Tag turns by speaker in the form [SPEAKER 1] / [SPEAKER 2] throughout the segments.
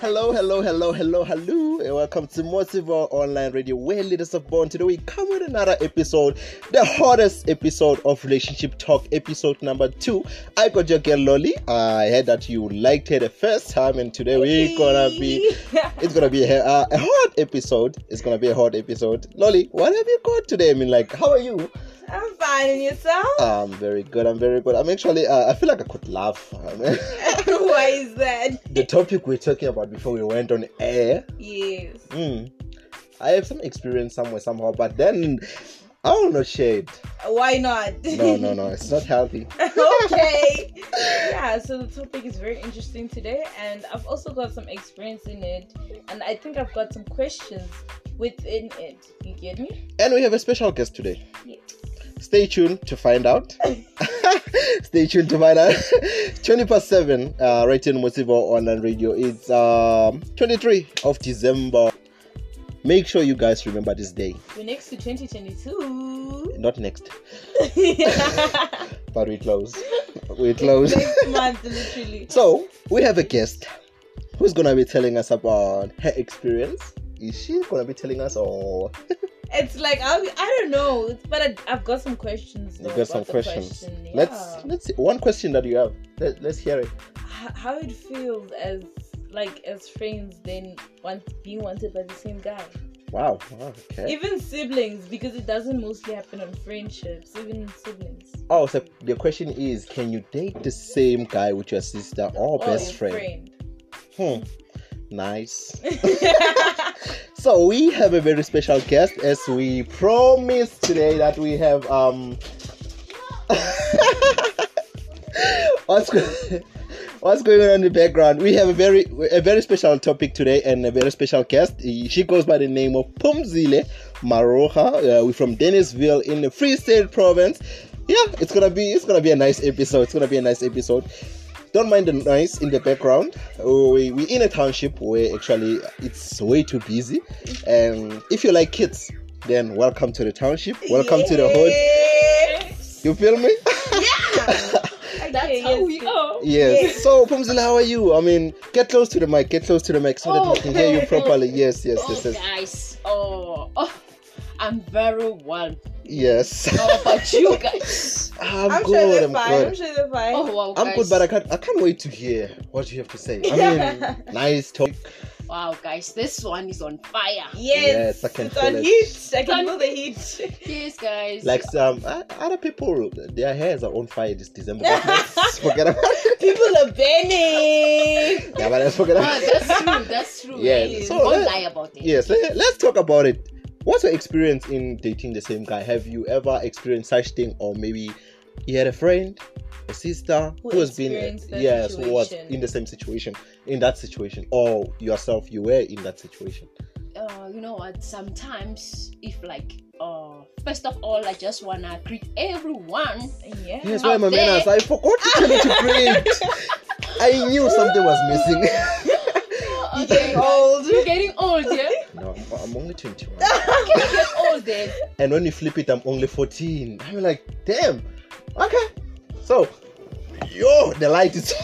[SPEAKER 1] Hello, hello, hello, hello, hello, and welcome to Motivo Online Radio, where leaders of born today we come with another episode, the hottest episode of Relationship Talk, episode number two. I got your girl Lolly. I heard that you liked her the first time, and today we're gonna be, it's gonna be a, uh, a hot episode. It's gonna be a hot episode. Lolly, what have you got today? I mean, like, how are you?
[SPEAKER 2] I'm fine and yourself.
[SPEAKER 1] I'm very good. I'm very good. I'm actually. Uh, I feel like I could laugh. I mean,
[SPEAKER 2] Why is that?
[SPEAKER 1] the topic we're talking about before we went on air.
[SPEAKER 2] Yes.
[SPEAKER 1] Mm. I have some experience somewhere somehow, but then I will not share it.
[SPEAKER 2] Why not?
[SPEAKER 1] No, no, no. It's not healthy.
[SPEAKER 2] okay. Yeah, so the topic is very interesting today, and I've also got some experience in it, and I think I've got some questions within it. You get me?
[SPEAKER 1] And we have a special guest today.
[SPEAKER 2] Yes.
[SPEAKER 1] Stay tuned to find out. Stay tuned to find out. Twenty past seven. Uh, right in Motivo Online Radio. It's um, twenty-three of December. Make sure you guys remember this day.
[SPEAKER 2] We're next to 2022.
[SPEAKER 1] Not next, but we close. We close.
[SPEAKER 2] Next month, literally.
[SPEAKER 1] So we have a guest who's gonna be telling us about her experience. Is she gonna be telling us or
[SPEAKER 2] It's like I, I don't know, but I, I've got some questions.
[SPEAKER 1] you
[SPEAKER 2] though
[SPEAKER 1] got some
[SPEAKER 2] about the
[SPEAKER 1] questions?
[SPEAKER 2] question, yeah.
[SPEAKER 1] Let's let's see. one question that you have. Let, let's hear it.
[SPEAKER 2] h- how it feels as like as friends then want being wanted by the same guy
[SPEAKER 1] Wow. wow, Okay.
[SPEAKER 2] even siblings because it doesn't mostly happen on friendships even siblings
[SPEAKER 1] oh, so the question is, can you date the same guy with your sister or best
[SPEAKER 2] Oh, your
[SPEAKER 1] friend? Hmm. Nice. So we have a very special guest as we promised today that we have um what's, go- what's going on in the background? We have a very a very special topic today and a very special guest. She goes by the name of Pumzile Maroha. Uh, we're from Dennisville in the Free State Province. Yeah, it's gonna be it's gonna be a nice episode. It's gonna be a nice episode don't mind the noise in the background. Uh, We we in a township where actually it's way too busy. And if you like kids, then welcome to the township. Welcome to the hood.
[SPEAKER 2] hood
[SPEAKER 1] You feel me?
[SPEAKER 2] that's how we are
[SPEAKER 1] yes. So Pumzila, how are you? I mean, get close to the mic. Get close to the mic so that we
[SPEAKER 3] Oh,
[SPEAKER 1] can hear you
[SPEAKER 3] okay.
[SPEAKER 1] properly. Yes, yes,
[SPEAKER 3] Oh,
[SPEAKER 1] yes, yes.
[SPEAKER 3] guys. Oh, oh, I'm very well.
[SPEAKER 1] Yes.
[SPEAKER 3] How about you guys?
[SPEAKER 1] I'm,
[SPEAKER 2] Oh. i'm sure
[SPEAKER 1] good.
[SPEAKER 2] they're
[SPEAKER 1] I'm
[SPEAKER 2] fine i'm
[SPEAKER 1] good.
[SPEAKER 2] sure they're fine
[SPEAKER 3] Oh, wow, guys.
[SPEAKER 1] I'm good, but I can't. I can't wait to hear what you have to say. I
[SPEAKER 2] Yeah.
[SPEAKER 1] mean, nice talk.
[SPEAKER 3] Wow, guys, this one is on fire.
[SPEAKER 2] Yes,
[SPEAKER 1] Yes, I can
[SPEAKER 2] it's
[SPEAKER 1] feel
[SPEAKER 2] on
[SPEAKER 1] it.
[SPEAKER 2] heat. I can
[SPEAKER 3] On
[SPEAKER 2] feel the heat.
[SPEAKER 3] Yes, guys.
[SPEAKER 1] Like some uh, other people, their hairs are on fire this December. But let's forget about it.
[SPEAKER 2] People are burning.
[SPEAKER 1] Yeah, but let's forget
[SPEAKER 3] Ah,
[SPEAKER 1] about it.
[SPEAKER 3] that's true. That's true.
[SPEAKER 1] Yeah,
[SPEAKER 3] Yes.
[SPEAKER 1] so
[SPEAKER 3] Don't
[SPEAKER 1] let-
[SPEAKER 3] lie about it.
[SPEAKER 1] Yes, eh. let, us talk about it. What's your experience in dating the same guy? Have you ever experienced such thing, or maybe you had a friend, a sister
[SPEAKER 2] Who
[SPEAKER 1] has been,
[SPEAKER 2] experienced that
[SPEAKER 1] yes, who was
[SPEAKER 2] situation.
[SPEAKER 1] in the same situation, in that situation, or yourself, you were in that situation?
[SPEAKER 3] Uh, you know what? Sometimes, if like, uh, first of all, I just wanna greet everyone.
[SPEAKER 2] Yeah.
[SPEAKER 1] Yes, why my
[SPEAKER 3] Out there.
[SPEAKER 1] manners? I forgot to tell you to greet. I knew something was missing.
[SPEAKER 3] You're
[SPEAKER 2] Getting
[SPEAKER 3] getting
[SPEAKER 2] old.
[SPEAKER 3] You're getting old, yeah.
[SPEAKER 1] no, I'm, I'm only 21,
[SPEAKER 3] You get old then.
[SPEAKER 1] and when you flip it, I'm only 14. I'm like, damn. Okay, so yo, the light is.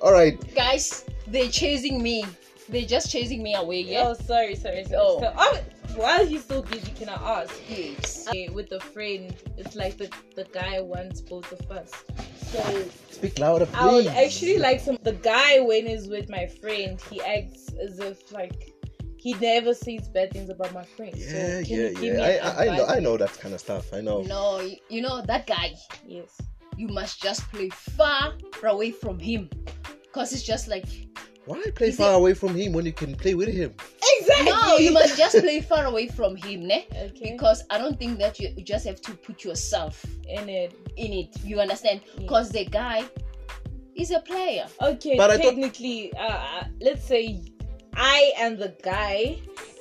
[SPEAKER 1] All right,
[SPEAKER 3] Guys, they're chasing me. They're just chasing me away, yeah.
[SPEAKER 2] Oh, sorry, sorry, sorry.
[SPEAKER 3] Oh.
[SPEAKER 2] So, oh, while he's so busy, can I ask?
[SPEAKER 3] Yes.
[SPEAKER 2] Okay, with a friend, it's like the, the guy wants both of us. So
[SPEAKER 1] Speak louder, please.
[SPEAKER 2] I would actually like some. The guy when he's with my friend, he acts as if like he never says bad things about my friend.
[SPEAKER 1] Yeah,
[SPEAKER 2] so can
[SPEAKER 1] yeah,
[SPEAKER 2] you give
[SPEAKER 1] yeah.
[SPEAKER 2] Me
[SPEAKER 1] I,
[SPEAKER 2] an
[SPEAKER 1] I, I know,
[SPEAKER 2] advice?
[SPEAKER 1] I know that kind of stuff. I
[SPEAKER 2] Oh.
[SPEAKER 1] know.
[SPEAKER 3] No, you, you know that guy.
[SPEAKER 2] Yes.
[SPEAKER 3] you must just play far away from him because it's just like
[SPEAKER 1] Why play
[SPEAKER 3] Is
[SPEAKER 1] far away from him when you can play with him?
[SPEAKER 2] Exactly.
[SPEAKER 3] no you must just play far away from him ne?
[SPEAKER 2] Okay.
[SPEAKER 3] because i don't think that you, you just have to put yourself
[SPEAKER 2] in it.
[SPEAKER 3] in it you understand because the guy is a player
[SPEAKER 2] Okay,
[SPEAKER 1] But I thought-
[SPEAKER 2] technically, uh, let's say I and the guy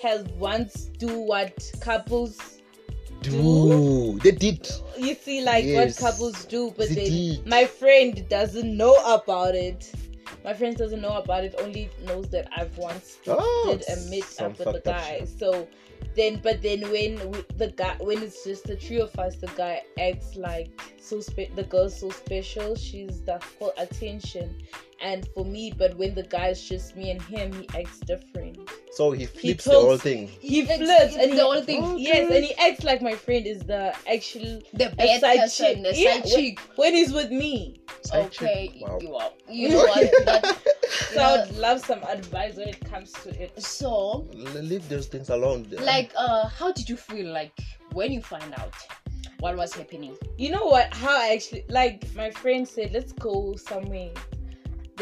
[SPEAKER 2] has once do what couples
[SPEAKER 1] Do they did?
[SPEAKER 2] you see like
[SPEAKER 1] Yes.
[SPEAKER 2] what couples do but
[SPEAKER 1] They
[SPEAKER 2] then
[SPEAKER 1] did.
[SPEAKER 2] my friend doesn't know about it my friend doesn't know about it only knows that i've once
[SPEAKER 1] Oh,
[SPEAKER 2] did a meet
[SPEAKER 1] some
[SPEAKER 2] up with the
[SPEAKER 1] fucked up
[SPEAKER 2] guy
[SPEAKER 1] shit.
[SPEAKER 2] so then but then when we, the guy when it's just the three of us the guy acts like so spe- the girl's so special she's the whole attention and for me, but when the guy's just me and him, he acts different.
[SPEAKER 1] So he flips the
[SPEAKER 2] talks-
[SPEAKER 1] whole thing.
[SPEAKER 2] He
[SPEAKER 3] It's-
[SPEAKER 2] flirts
[SPEAKER 3] it's
[SPEAKER 2] and
[SPEAKER 3] the
[SPEAKER 2] he-
[SPEAKER 3] whole thing.
[SPEAKER 1] Oh,
[SPEAKER 2] Yes, and he acts like my friend is the actual
[SPEAKER 3] The
[SPEAKER 2] a
[SPEAKER 3] bad
[SPEAKER 2] side
[SPEAKER 3] person,
[SPEAKER 2] chick.
[SPEAKER 3] the
[SPEAKER 2] Yeah,
[SPEAKER 3] side
[SPEAKER 2] wh-
[SPEAKER 3] chick.
[SPEAKER 2] when he's with me.
[SPEAKER 1] Side chick.
[SPEAKER 3] Okay,
[SPEAKER 1] Wow.
[SPEAKER 3] you are. You know what? That, you
[SPEAKER 2] So
[SPEAKER 3] know,
[SPEAKER 2] I'd love some advice when it comes to it.
[SPEAKER 3] so,
[SPEAKER 1] L- Leave those things alone.
[SPEAKER 3] like, uh, how did you feel like when you found out what was happening?
[SPEAKER 2] You know what? How I actually like my friend said, let's go somewhere.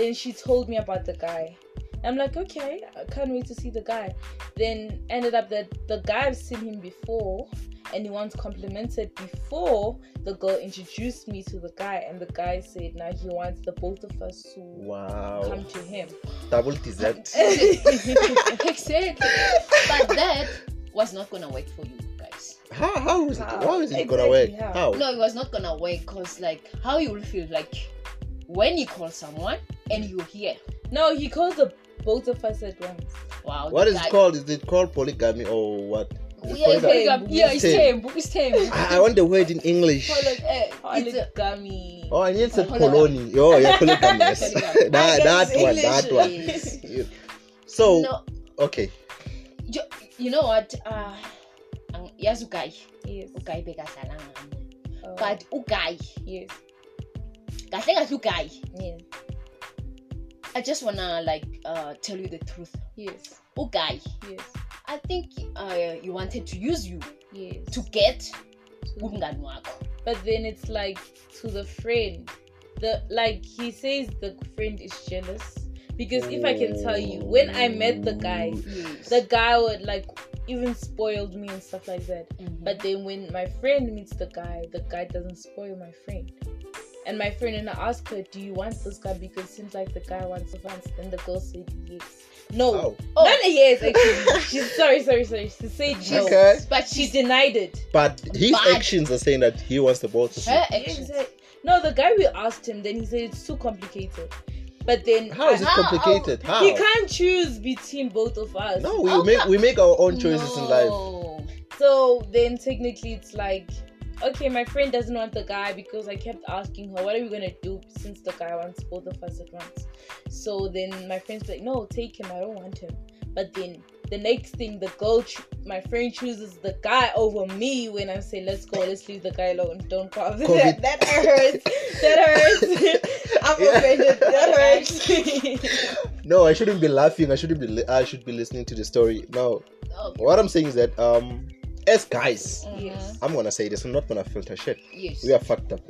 [SPEAKER 2] Then she told me about the guy. I'm like, okay, I can't wait to see the guy. Then ended up that the guy I've seen him before, and he once complimented before the girl introduced me to the guy, and the guy said now he wants the both of us to
[SPEAKER 1] wow,
[SPEAKER 2] come to him.
[SPEAKER 1] double dessert.
[SPEAKER 3] Exactly. But that was not gonna work for you guys.
[SPEAKER 1] How how is it?
[SPEAKER 2] How?
[SPEAKER 1] How is it
[SPEAKER 2] Exactly,
[SPEAKER 1] gonna work?
[SPEAKER 2] how?
[SPEAKER 1] How?
[SPEAKER 3] No, it was not gonna work because, like, how you will feel like when you call someone and you hear,
[SPEAKER 2] no, he called the both of us at once.
[SPEAKER 3] wow,
[SPEAKER 1] What
[SPEAKER 3] the
[SPEAKER 1] is
[SPEAKER 3] guy-
[SPEAKER 1] it called? Is it called polygamy or what? Is it
[SPEAKER 3] Yeah, it's
[SPEAKER 1] polygamy?
[SPEAKER 2] polygamy.
[SPEAKER 3] temp. Yeah, it's
[SPEAKER 1] Temp.
[SPEAKER 3] temp. It's temp.
[SPEAKER 1] I, I want the word in English.
[SPEAKER 3] Poly- eh,
[SPEAKER 2] Oh,
[SPEAKER 3] it's a-
[SPEAKER 2] Polygamy.
[SPEAKER 1] Oh, I need to say
[SPEAKER 3] Polygamy.
[SPEAKER 1] polony. Oh, yeah, polygamy. yes.
[SPEAKER 3] Polygamy.
[SPEAKER 1] that that
[SPEAKER 2] It's
[SPEAKER 1] one,
[SPEAKER 2] English.
[SPEAKER 1] that one.
[SPEAKER 3] Yes.
[SPEAKER 1] You- So
[SPEAKER 3] No,
[SPEAKER 1] okay,
[SPEAKER 3] you, you know what? Uh, ang- yes, guy.
[SPEAKER 2] Yes.
[SPEAKER 3] ugayi bekazala ngami
[SPEAKER 2] Oh,
[SPEAKER 3] but ugayi
[SPEAKER 2] yes.
[SPEAKER 3] kahle kahle ugayi
[SPEAKER 2] Yes.
[SPEAKER 3] i just wanna like uh, tell you the truth
[SPEAKER 2] Yes.
[SPEAKER 3] ugayi
[SPEAKER 2] Yes.
[SPEAKER 3] i think uh, he wanted to use you
[SPEAKER 2] Yes.
[SPEAKER 3] to get
[SPEAKER 2] To-
[SPEAKER 3] umngani wakho
[SPEAKER 2] but then it's like to the friend the like he says the friend is jealous because if i can tell you when i met the guy
[SPEAKER 3] yes.
[SPEAKER 2] the guy would like even spoiled me and stuff like that but then when my friend meets the guy the guy doesn't spoil my friend and my friend and I asked her, "Do you want this guy?" Because it seems like the guy wants to dance. Then the girl said, "Yes." No,
[SPEAKER 1] oh,
[SPEAKER 3] Oh.
[SPEAKER 2] not a yes. Actually, she, sorry, sorry, sorry. She said no,
[SPEAKER 1] Okay.
[SPEAKER 3] but
[SPEAKER 2] she
[SPEAKER 3] she's
[SPEAKER 2] denied it.
[SPEAKER 1] but his
[SPEAKER 3] But-
[SPEAKER 1] actions are saying that he wants the ball to
[SPEAKER 3] her
[SPEAKER 1] shoot.
[SPEAKER 3] actions
[SPEAKER 2] Exa- No, the guy we asked him, then he said it's too complicated. But then
[SPEAKER 1] How is it
[SPEAKER 3] How-
[SPEAKER 1] complicated? How?
[SPEAKER 2] he can't choose between both of us.
[SPEAKER 1] No, we
[SPEAKER 3] Oh,
[SPEAKER 1] make
[SPEAKER 3] no.
[SPEAKER 1] we make our own choices in life.
[SPEAKER 3] No.
[SPEAKER 2] So then technically it's like, okay, my friend doesn't want the guy because I kept asking her, what are we gonna do since the guy wants both of us at once? So then my friend's like, no, take him. I don't want him. But then the next thing, the girl, cho- my friend chooses the guy over me when I say, let's go, let's leave the guy alone. Don't call
[SPEAKER 1] COVID.
[SPEAKER 2] that, that hurts. That hurts. I'm
[SPEAKER 1] Yeah.
[SPEAKER 2] offended. That hurts.
[SPEAKER 1] No, I shouldn't be laughing. I shouldn't be. Li- I should be listening to the story. No,
[SPEAKER 3] Oh,
[SPEAKER 1] what I'm saying is that um, as guys,
[SPEAKER 3] mhm.
[SPEAKER 2] Yes.
[SPEAKER 1] I'm gonna say this. I'm not gonna filter shit.
[SPEAKER 3] yes
[SPEAKER 1] we are fucked up.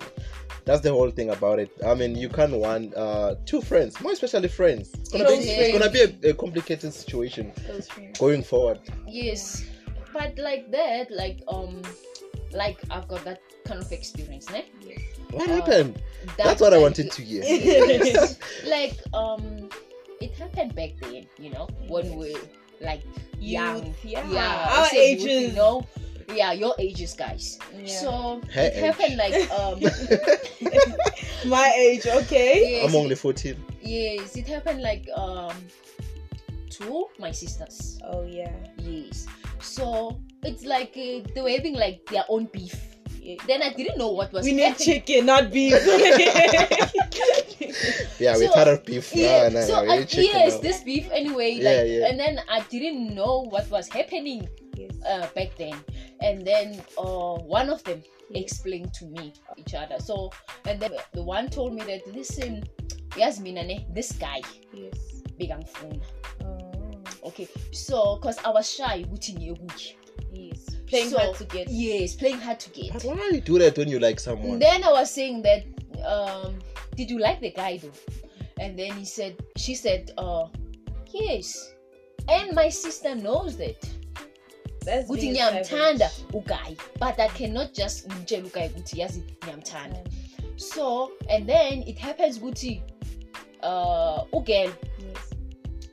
[SPEAKER 1] That's the whole thing about it. I mean, you can't want uh, two friends, more especially friends. It's gonna be,
[SPEAKER 2] Close
[SPEAKER 1] it's gonna be a, a complicated situation
[SPEAKER 2] Those friends.
[SPEAKER 1] going forward.
[SPEAKER 3] yes but like that like um like i've got that kind of experience ne?
[SPEAKER 2] Yes.
[SPEAKER 1] What
[SPEAKER 3] Uh,
[SPEAKER 1] happened?
[SPEAKER 3] That-
[SPEAKER 1] That's what I
[SPEAKER 3] like-
[SPEAKER 1] wanted to hear.
[SPEAKER 2] Yes.
[SPEAKER 3] like um it happened back then you know when we like young
[SPEAKER 2] Youth, yeah.
[SPEAKER 3] yeah
[SPEAKER 2] Our
[SPEAKER 3] I said youth,
[SPEAKER 2] ages.
[SPEAKER 3] you know yeah your ages guys
[SPEAKER 2] Yeah.
[SPEAKER 3] so
[SPEAKER 1] Her
[SPEAKER 3] it
[SPEAKER 1] age.
[SPEAKER 3] happened like um
[SPEAKER 2] my age, okay?
[SPEAKER 3] yes,
[SPEAKER 1] I'm only 14.
[SPEAKER 3] yes it happened like um to my sisters
[SPEAKER 2] Oh yeah.
[SPEAKER 3] yes so it's like uh, they were having like their own beef
[SPEAKER 2] Yeah.
[SPEAKER 3] then i didn't know what was
[SPEAKER 2] We need
[SPEAKER 3] happening.
[SPEAKER 2] chicken, not beef.
[SPEAKER 1] Yeah, we
[SPEAKER 3] So,
[SPEAKER 1] tired of beef.
[SPEAKER 3] yeah,
[SPEAKER 1] No, no,
[SPEAKER 3] so
[SPEAKER 1] no,
[SPEAKER 3] I,
[SPEAKER 1] we chicken
[SPEAKER 3] yes,
[SPEAKER 1] now.
[SPEAKER 3] this beef anyway. Like,
[SPEAKER 1] Yeah, yeah.
[SPEAKER 3] and then I didn't know what was happening
[SPEAKER 2] yes.
[SPEAKER 3] uh, back then. And then uh, one of them explained to me each other. So and then the one told me that listen, Yasmin, ne, this guy
[SPEAKER 2] Yes.
[SPEAKER 3] big and fun.
[SPEAKER 2] Oh,
[SPEAKER 3] Okay, so because I was shy, with in your week.
[SPEAKER 2] yes. Playing
[SPEAKER 3] So,
[SPEAKER 2] hard to get.
[SPEAKER 3] Yes, playing hard to
[SPEAKER 1] But
[SPEAKER 3] get.
[SPEAKER 1] why you do that when you like someone?
[SPEAKER 3] Then I was saying that, um, did you like the guy though? And then he said, she said, uh, yes. And my sister knows that.
[SPEAKER 2] That's
[SPEAKER 3] Kuti
[SPEAKER 2] being
[SPEAKER 3] ngiyamthanda
[SPEAKER 2] savage.
[SPEAKER 3] ugayi. But I cannot just ngimtshela ugayi ukuthi yazi ngiyamthanda.
[SPEAKER 2] Um,
[SPEAKER 3] So, and then it happens ukuthi uh ugel
[SPEAKER 2] Yes.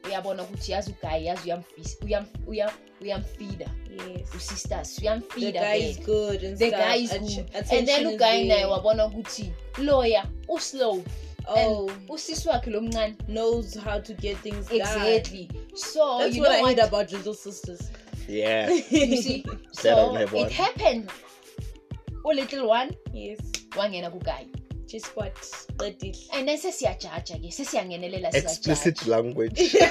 [SPEAKER 3] uyabona ukuthi yazi ugayi yazi uyamfisa uyam uyam uyamfida
[SPEAKER 2] Yes.
[SPEAKER 3] usisters
[SPEAKER 2] The
[SPEAKER 3] uyamfida
[SPEAKER 2] guy is
[SPEAKER 3] vele.
[SPEAKER 2] good and
[SPEAKER 3] The
[SPEAKER 2] stuff.
[SPEAKER 3] guy is
[SPEAKER 2] Att-
[SPEAKER 3] good.
[SPEAKER 2] attention
[SPEAKER 3] And then
[SPEAKER 2] is
[SPEAKER 3] ugayi naye
[SPEAKER 2] there.
[SPEAKER 3] wabona ukuthi lawyer uslow
[SPEAKER 2] oh
[SPEAKER 3] usisi wakhe lo mncane
[SPEAKER 2] knows how to get things done.
[SPEAKER 3] exactly so
[SPEAKER 2] That's
[SPEAKER 3] you
[SPEAKER 2] what
[SPEAKER 3] know
[SPEAKER 2] I
[SPEAKER 3] what
[SPEAKER 2] hate about little sisters.
[SPEAKER 1] Yeah.
[SPEAKER 3] you see
[SPEAKER 1] Glad I
[SPEAKER 3] so
[SPEAKER 1] don't have
[SPEAKER 3] it
[SPEAKER 1] one.
[SPEAKER 3] happened ulittle one
[SPEAKER 2] yes.
[SPEAKER 3] wangena kugayi
[SPEAKER 2] G-spot. Qedile.
[SPEAKER 3] and then sesiyajaja ke sesiyangenelela
[SPEAKER 1] Explicit language. I'm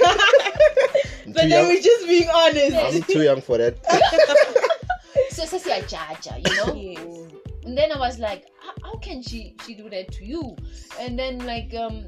[SPEAKER 2] but
[SPEAKER 1] too,
[SPEAKER 2] then
[SPEAKER 1] young.
[SPEAKER 2] we're just being
[SPEAKER 1] I'm
[SPEAKER 2] honest.
[SPEAKER 1] too young for that.
[SPEAKER 3] so sesiyajaja you know
[SPEAKER 2] Yes.
[SPEAKER 3] and then i was like how, how can she she do that to you and then like um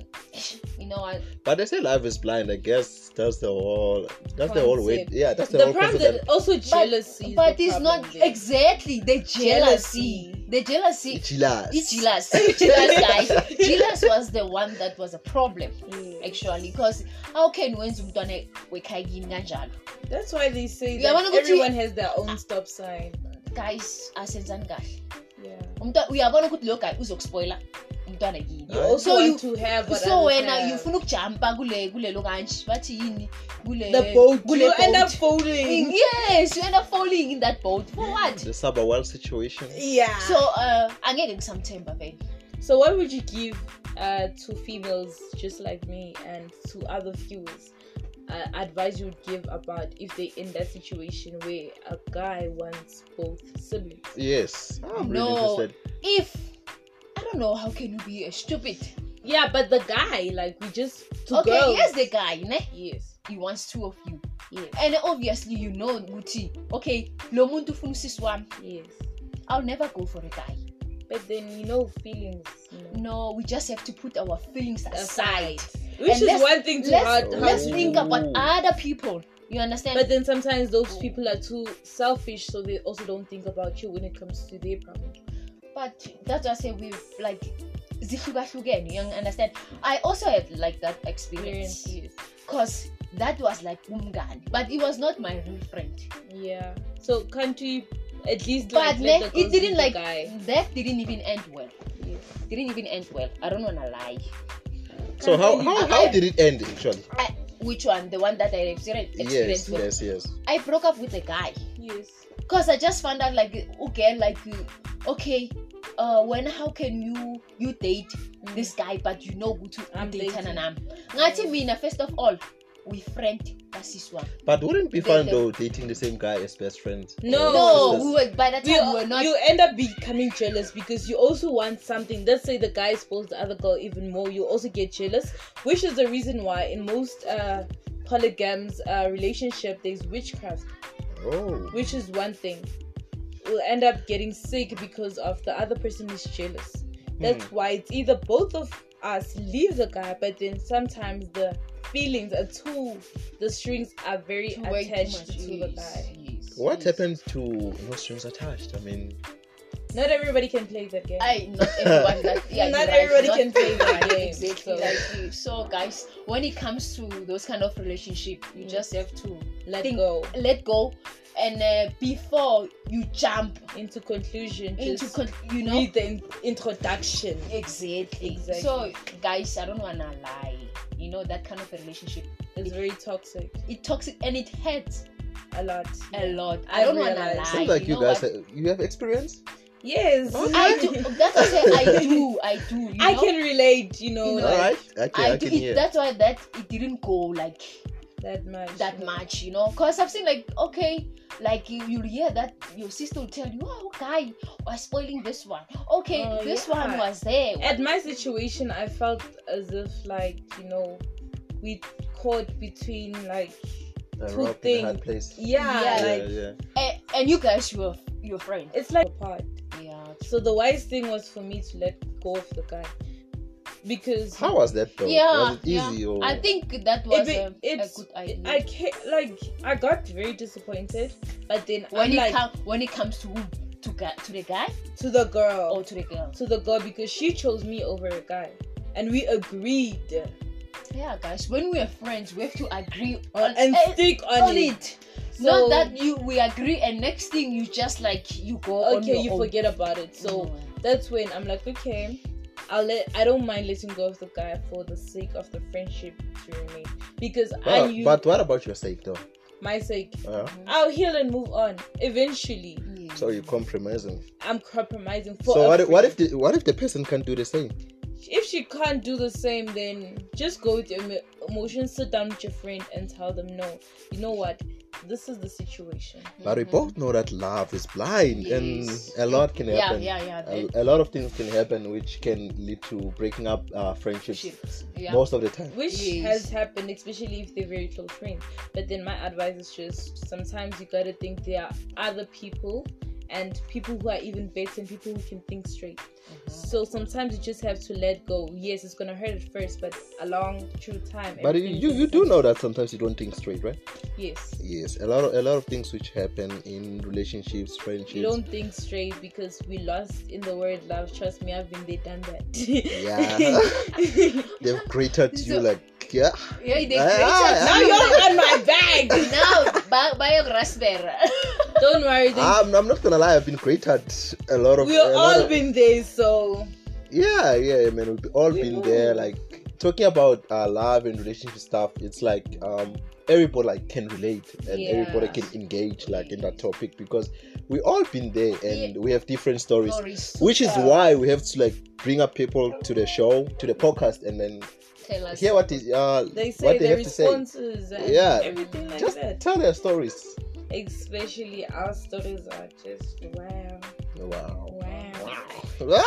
[SPEAKER 3] you know i
[SPEAKER 1] But they say life is blind. I guess that's the whole. That's the whole way.
[SPEAKER 2] Concept.
[SPEAKER 1] Yeah, that's the,
[SPEAKER 2] the
[SPEAKER 1] whole
[SPEAKER 2] problem
[SPEAKER 1] concept. that-
[SPEAKER 2] that also jealousy.
[SPEAKER 3] but
[SPEAKER 2] is
[SPEAKER 3] it's
[SPEAKER 2] the
[SPEAKER 3] not
[SPEAKER 2] problem there.
[SPEAKER 3] exactly the jealousy
[SPEAKER 2] Jealousy.
[SPEAKER 3] the jealousy
[SPEAKER 1] Chillax.
[SPEAKER 3] it's jealous jealous guys jealous was the one that was a problem
[SPEAKER 2] Yeah.
[SPEAKER 3] actually because how can wenza umntwana wekhakini kanjalo
[SPEAKER 2] That's why they say
[SPEAKER 3] Yeah,
[SPEAKER 2] that
[SPEAKER 3] wanna go to-
[SPEAKER 2] everyone has their own stop sign.
[SPEAKER 3] guys asenzani kahle
[SPEAKER 2] Yeah.
[SPEAKER 3] umntwana uyabona ukuthi lo guy uzokuspoila umntwana yini
[SPEAKER 2] You
[SPEAKER 1] Right.
[SPEAKER 2] also
[SPEAKER 3] So
[SPEAKER 2] want to have what
[SPEAKER 3] so uh,
[SPEAKER 2] others
[SPEAKER 3] wena
[SPEAKER 2] have.
[SPEAKER 3] ufuna ukujampa kule kulelo kanje bathi yini kule
[SPEAKER 2] the boat.
[SPEAKER 3] kule
[SPEAKER 2] you end up
[SPEAKER 3] boat.
[SPEAKER 2] folding.
[SPEAKER 3] yes you end up falling in that boat for what
[SPEAKER 1] The Sabawal situation.
[SPEAKER 2] Yeah.
[SPEAKER 3] so uh angeke ngisamthemba vele
[SPEAKER 2] So what would you give uh, to females just like me and to other viewers? Uh, advice you would give about if they in that situation where a guy wants both siblings.
[SPEAKER 1] Yes. I'm really
[SPEAKER 3] No.
[SPEAKER 1] interested.
[SPEAKER 3] if i don't know how can you be a stupid
[SPEAKER 2] Yeah, but the guy, like we just two
[SPEAKER 3] okay
[SPEAKER 2] girls.
[SPEAKER 3] here's the guy ne
[SPEAKER 2] Yes.
[SPEAKER 3] he wants two of you
[SPEAKER 2] Yes.
[SPEAKER 3] and obviously you know ukuthi okay lo muntu ufuna usisi wami
[SPEAKER 2] Yes.
[SPEAKER 3] i'll never go for a guy
[SPEAKER 2] But then you know feelings. You know,
[SPEAKER 3] no we just have to put our feelings aside
[SPEAKER 2] aside, which
[SPEAKER 3] And
[SPEAKER 2] is
[SPEAKER 3] let's-
[SPEAKER 2] one thing to
[SPEAKER 3] let's-
[SPEAKER 2] hard. hard
[SPEAKER 3] let's
[SPEAKER 1] Ooh.
[SPEAKER 2] to
[SPEAKER 3] think
[SPEAKER 2] do.
[SPEAKER 3] about other people you understand
[SPEAKER 2] But then sometimes those people are too selfish, so they also don't think about you when it comes to their problems.
[SPEAKER 3] but that's why I say we've like zihlukahlukene you understand i also had like that experience
[SPEAKER 2] Yes.
[SPEAKER 3] because that was like umgani but it was not my real friend
[SPEAKER 2] Yeah. So can't we at least
[SPEAKER 3] but
[SPEAKER 2] like
[SPEAKER 3] ne,
[SPEAKER 2] let the
[SPEAKER 3] it
[SPEAKER 2] girls
[SPEAKER 3] didn't
[SPEAKER 2] meet
[SPEAKER 3] like
[SPEAKER 2] the guy?
[SPEAKER 3] that didn't even end well
[SPEAKER 2] Yeah.
[SPEAKER 3] didn't even end well i don't wanna lie
[SPEAKER 1] So how,
[SPEAKER 2] Can't
[SPEAKER 1] how
[SPEAKER 2] really-
[SPEAKER 1] how did it end actually?
[SPEAKER 3] which one the one that i experienced
[SPEAKER 1] Yes,
[SPEAKER 3] experienced with
[SPEAKER 1] yes, yes.
[SPEAKER 3] i broke up with a guy
[SPEAKER 2] Yes.
[SPEAKER 3] because i just found out like okay like okay uh when how can you you date
[SPEAKER 2] Mm.
[SPEAKER 3] this guy but you know ukuthi
[SPEAKER 2] I'm
[SPEAKER 3] udayithana
[SPEAKER 2] dating.
[SPEAKER 3] nami ngathi mina first of all we friend kasisi wami
[SPEAKER 1] But wouldn't it be
[SPEAKER 3] They-
[SPEAKER 1] fun
[SPEAKER 3] they-
[SPEAKER 1] though dating the same guy as best friends?
[SPEAKER 2] No.
[SPEAKER 3] no
[SPEAKER 1] Sisters?
[SPEAKER 3] we were, by the
[SPEAKER 2] Oh. You,
[SPEAKER 3] time we were not
[SPEAKER 2] you end up becoming jealous because you also want something. Let's say the guy spoils the other girl even more. You also get jealous, which is the reason why in most uh, polygams uh, relationship there's witchcraft,
[SPEAKER 1] Oh.
[SPEAKER 2] which is one thing. We'll end up getting sick because of the other person is jealous. That's why it's either both of us leave the guy, but then sometimes the feelings are too, the strings are very
[SPEAKER 3] too way too
[SPEAKER 2] attached
[SPEAKER 3] much.
[SPEAKER 2] to the
[SPEAKER 3] Yes,
[SPEAKER 2] guy.
[SPEAKER 3] yes,
[SPEAKER 1] What
[SPEAKER 3] yes.
[SPEAKER 1] happened to no strings attached? I mean,
[SPEAKER 2] Not everybody can play that game.
[SPEAKER 3] I not everyone that yeah,
[SPEAKER 2] Not
[SPEAKER 3] you're right,
[SPEAKER 2] everybody
[SPEAKER 3] not
[SPEAKER 2] can play the
[SPEAKER 3] everyone,
[SPEAKER 2] game,
[SPEAKER 3] exactly
[SPEAKER 2] so-
[SPEAKER 3] like you. So guys, when it comes to those kind of relationship, you just have to
[SPEAKER 2] Let
[SPEAKER 3] think-
[SPEAKER 2] go.
[SPEAKER 3] let go, and uh, before you jump
[SPEAKER 2] Into conclusion,
[SPEAKER 3] into
[SPEAKER 2] just
[SPEAKER 3] con- you know
[SPEAKER 2] read the in- introduction.
[SPEAKER 3] exactly.
[SPEAKER 2] Exactly.
[SPEAKER 3] So guys, I don't wanna lie. You know that kind of a relationship,
[SPEAKER 2] It's very toxic.
[SPEAKER 3] it toxic and it hurts
[SPEAKER 2] A lot.
[SPEAKER 3] a lot. I,
[SPEAKER 2] I
[SPEAKER 3] don't wanna
[SPEAKER 2] realize.
[SPEAKER 3] lie.
[SPEAKER 1] sounds like you,
[SPEAKER 3] know
[SPEAKER 1] guys
[SPEAKER 3] what?
[SPEAKER 1] have, you have experience.
[SPEAKER 2] Yes.
[SPEAKER 3] I do. That's what I say. I do. I do. you
[SPEAKER 2] I
[SPEAKER 3] know?
[SPEAKER 2] can relate, you know,
[SPEAKER 3] You know,
[SPEAKER 1] All
[SPEAKER 2] like,
[SPEAKER 1] right, okay, I,
[SPEAKER 3] I, do.
[SPEAKER 1] can
[SPEAKER 3] It,
[SPEAKER 1] hear.
[SPEAKER 3] that's why that it didn't go like
[SPEAKER 2] that much.
[SPEAKER 3] that much, you know, because I've seen like okay, like you you hear that your sister will tell you, oh guy was spoiling this one, okay,
[SPEAKER 2] Oh,
[SPEAKER 3] this
[SPEAKER 2] yeah.
[SPEAKER 3] one was there.
[SPEAKER 2] At my situation, I felt as if, like, you know, we caught between, like,
[SPEAKER 1] The
[SPEAKER 2] two
[SPEAKER 1] rock in a hard
[SPEAKER 2] things.
[SPEAKER 1] place.
[SPEAKER 2] yeah,
[SPEAKER 3] Yeah.
[SPEAKER 1] yeah,
[SPEAKER 2] like,
[SPEAKER 1] yeah.
[SPEAKER 3] and, and you guys were your friend.
[SPEAKER 2] it's like apart.
[SPEAKER 3] Yeah.
[SPEAKER 2] So the wise thing was for me to let go of the guy because
[SPEAKER 1] How was that though?
[SPEAKER 3] Yeah,
[SPEAKER 1] was it easy or?
[SPEAKER 3] I think that was
[SPEAKER 2] it-
[SPEAKER 3] a, a
[SPEAKER 2] it's-
[SPEAKER 3] good idea.
[SPEAKER 2] I can't, like I got very disappointed. But then
[SPEAKER 3] when
[SPEAKER 2] I'm
[SPEAKER 3] it
[SPEAKER 2] like
[SPEAKER 3] come when it comes to who? to guy, to the guy
[SPEAKER 2] to the
[SPEAKER 3] or
[SPEAKER 2] girl,
[SPEAKER 3] to the girl.
[SPEAKER 2] to the girl because she chose me over a guy, and we agreed
[SPEAKER 3] Yeah, guys, when we are friends, we have to agree on
[SPEAKER 2] on, Uh, and
[SPEAKER 3] eh,
[SPEAKER 2] stick on,
[SPEAKER 3] on
[SPEAKER 2] it.
[SPEAKER 3] it.
[SPEAKER 2] So,
[SPEAKER 3] Not that you we agree and next thing you just like you go on
[SPEAKER 2] okay,
[SPEAKER 3] your
[SPEAKER 2] you
[SPEAKER 3] own.
[SPEAKER 2] forget about it. So.
[SPEAKER 3] Mm.
[SPEAKER 2] that's when I'm like, okay, I'll let. I don't mind letting go of the guy for the sake of the friendship to remain because I
[SPEAKER 1] Well,
[SPEAKER 2] knew
[SPEAKER 1] but what about your sake though?
[SPEAKER 2] my sake.
[SPEAKER 1] Uh,
[SPEAKER 2] I'll heal and move on. Eventually,
[SPEAKER 1] so you compromising.
[SPEAKER 2] I'm compromising for.
[SPEAKER 1] so
[SPEAKER 2] a
[SPEAKER 1] what? If, what
[SPEAKER 2] friend.
[SPEAKER 1] if the what if the person can do the same?
[SPEAKER 2] if she can't do the same, then just go with your emo- emotions, sit down with your friend, and tell them, no, you know what, this is the situation.
[SPEAKER 1] But we
[SPEAKER 3] Mhm.
[SPEAKER 1] both know that love is blind, and
[SPEAKER 3] Yes.
[SPEAKER 1] a lot can
[SPEAKER 3] Yeah,
[SPEAKER 1] happen.
[SPEAKER 3] yeah, yeah.
[SPEAKER 1] A,
[SPEAKER 3] the
[SPEAKER 1] a lot of things can happen, which can lead to breaking up uh, friendships
[SPEAKER 3] ships, Yeah.
[SPEAKER 1] most of the time.
[SPEAKER 2] Which
[SPEAKER 3] Yes.
[SPEAKER 2] has happened, especially if they're very close friends. But then my advice is just sometimes you gotta think there are other people and people who are even better and people who can think straight.
[SPEAKER 1] Uh-huh.
[SPEAKER 3] Mhm.
[SPEAKER 2] So sometimes you just have to let go. Yes, it's gonna hurt at first, but along through time.
[SPEAKER 1] But you,
[SPEAKER 2] everything's
[SPEAKER 1] you,
[SPEAKER 2] gonna
[SPEAKER 1] you do
[SPEAKER 2] settle.
[SPEAKER 1] know that sometimes you don't think straight, right?
[SPEAKER 2] Yes.
[SPEAKER 1] Yes, a lot of a lot of things which happen in relationships, friendships.
[SPEAKER 2] We don't think straight because we lost in the word love. Trust me, I've been there, done that.
[SPEAKER 1] Yeah. They've created you
[SPEAKER 3] So-
[SPEAKER 1] like yeah.
[SPEAKER 3] Yeah, they
[SPEAKER 1] Ah,
[SPEAKER 3] created-
[SPEAKER 2] now
[SPEAKER 1] ah,
[SPEAKER 2] you're on my bag.
[SPEAKER 3] now by, by a raspberry.
[SPEAKER 2] Don't worry. Then
[SPEAKER 1] I'm, I'm not gonna lie, I've been created a lot of.
[SPEAKER 2] we've
[SPEAKER 1] a lot
[SPEAKER 2] all
[SPEAKER 1] of-
[SPEAKER 2] been there, so
[SPEAKER 1] Yeah, yeah, man. We've all
[SPEAKER 2] We
[SPEAKER 1] been
[SPEAKER 2] will.
[SPEAKER 1] there. Like talking about uh, love and relationship stuff. It's like um everybody like can relate and everybody
[SPEAKER 3] Yes.
[SPEAKER 1] can engage like in that topic because we all been there and we have different stories.
[SPEAKER 3] Stories to
[SPEAKER 1] Which is
[SPEAKER 3] tell.
[SPEAKER 1] why we have to like bring up people to the show, to the podcast, and then
[SPEAKER 3] Tell us.
[SPEAKER 1] hear what is uh
[SPEAKER 2] they say
[SPEAKER 1] what they
[SPEAKER 2] their
[SPEAKER 1] have to say.
[SPEAKER 2] responses and
[SPEAKER 1] Yeah.
[SPEAKER 2] everything like
[SPEAKER 1] Just
[SPEAKER 2] that.
[SPEAKER 1] tell their stories.
[SPEAKER 2] Especially our stories are just wow,
[SPEAKER 1] Wow.
[SPEAKER 2] wow.
[SPEAKER 1] Wow.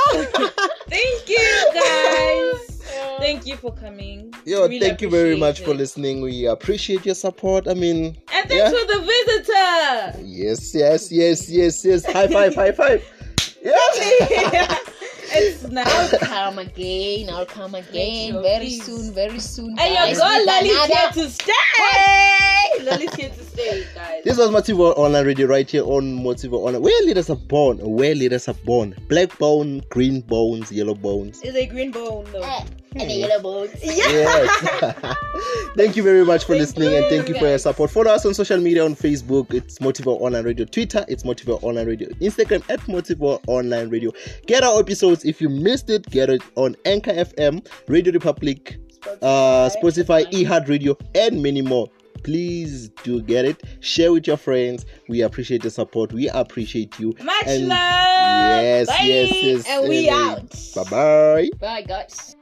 [SPEAKER 2] Thank you guys. Thank you for coming.
[SPEAKER 1] Yo,
[SPEAKER 2] Really
[SPEAKER 1] thank you very
[SPEAKER 2] appreciate
[SPEAKER 1] much for
[SPEAKER 2] it.
[SPEAKER 1] listening. We appreciate your support. I mean,
[SPEAKER 2] And
[SPEAKER 1] Yeah.
[SPEAKER 2] thanks for the visitor.
[SPEAKER 1] yes, yes, yes, yes, yes. High five, high five. Yeah.
[SPEAKER 2] it's nice.
[SPEAKER 3] I'll come again. I'll come again
[SPEAKER 2] you,
[SPEAKER 3] very
[SPEAKER 2] please.
[SPEAKER 3] soon. Very soon.
[SPEAKER 2] And your
[SPEAKER 3] guys,
[SPEAKER 2] girl
[SPEAKER 3] with
[SPEAKER 2] Lolly's
[SPEAKER 3] another-
[SPEAKER 2] here to stay. Lolly's here to stay, guys.
[SPEAKER 1] This was Motivo Online Radio right here on Motivo Online. Where leaders are born, where leaders are born. Black bone, green bones, yellow bones.
[SPEAKER 2] is a green bone though.
[SPEAKER 3] Eh, and the yellow bones.
[SPEAKER 1] Yes. thank you very much for
[SPEAKER 2] Thank
[SPEAKER 1] listening and thank you
[SPEAKER 2] you,
[SPEAKER 1] for your
[SPEAKER 2] guys.
[SPEAKER 1] support. Follow us on social media on Facebook. It's Motivo Online Radio. Twitter, it's Motivo Online Radio. Instagram at Motivo Online Radio. Get our episodes. If you missed it, get it on Anchor FM, Radio Republic, uh, Spotify, eHeart Radio, and many more. Please do get it. Share with your friends. We appreciate the support. We appreciate you.
[SPEAKER 2] Much
[SPEAKER 1] And-
[SPEAKER 2] love.
[SPEAKER 1] Yes,
[SPEAKER 2] Bye.
[SPEAKER 1] yes, yes.
[SPEAKER 2] And we out.
[SPEAKER 1] Bye bye.
[SPEAKER 3] Bye, guys.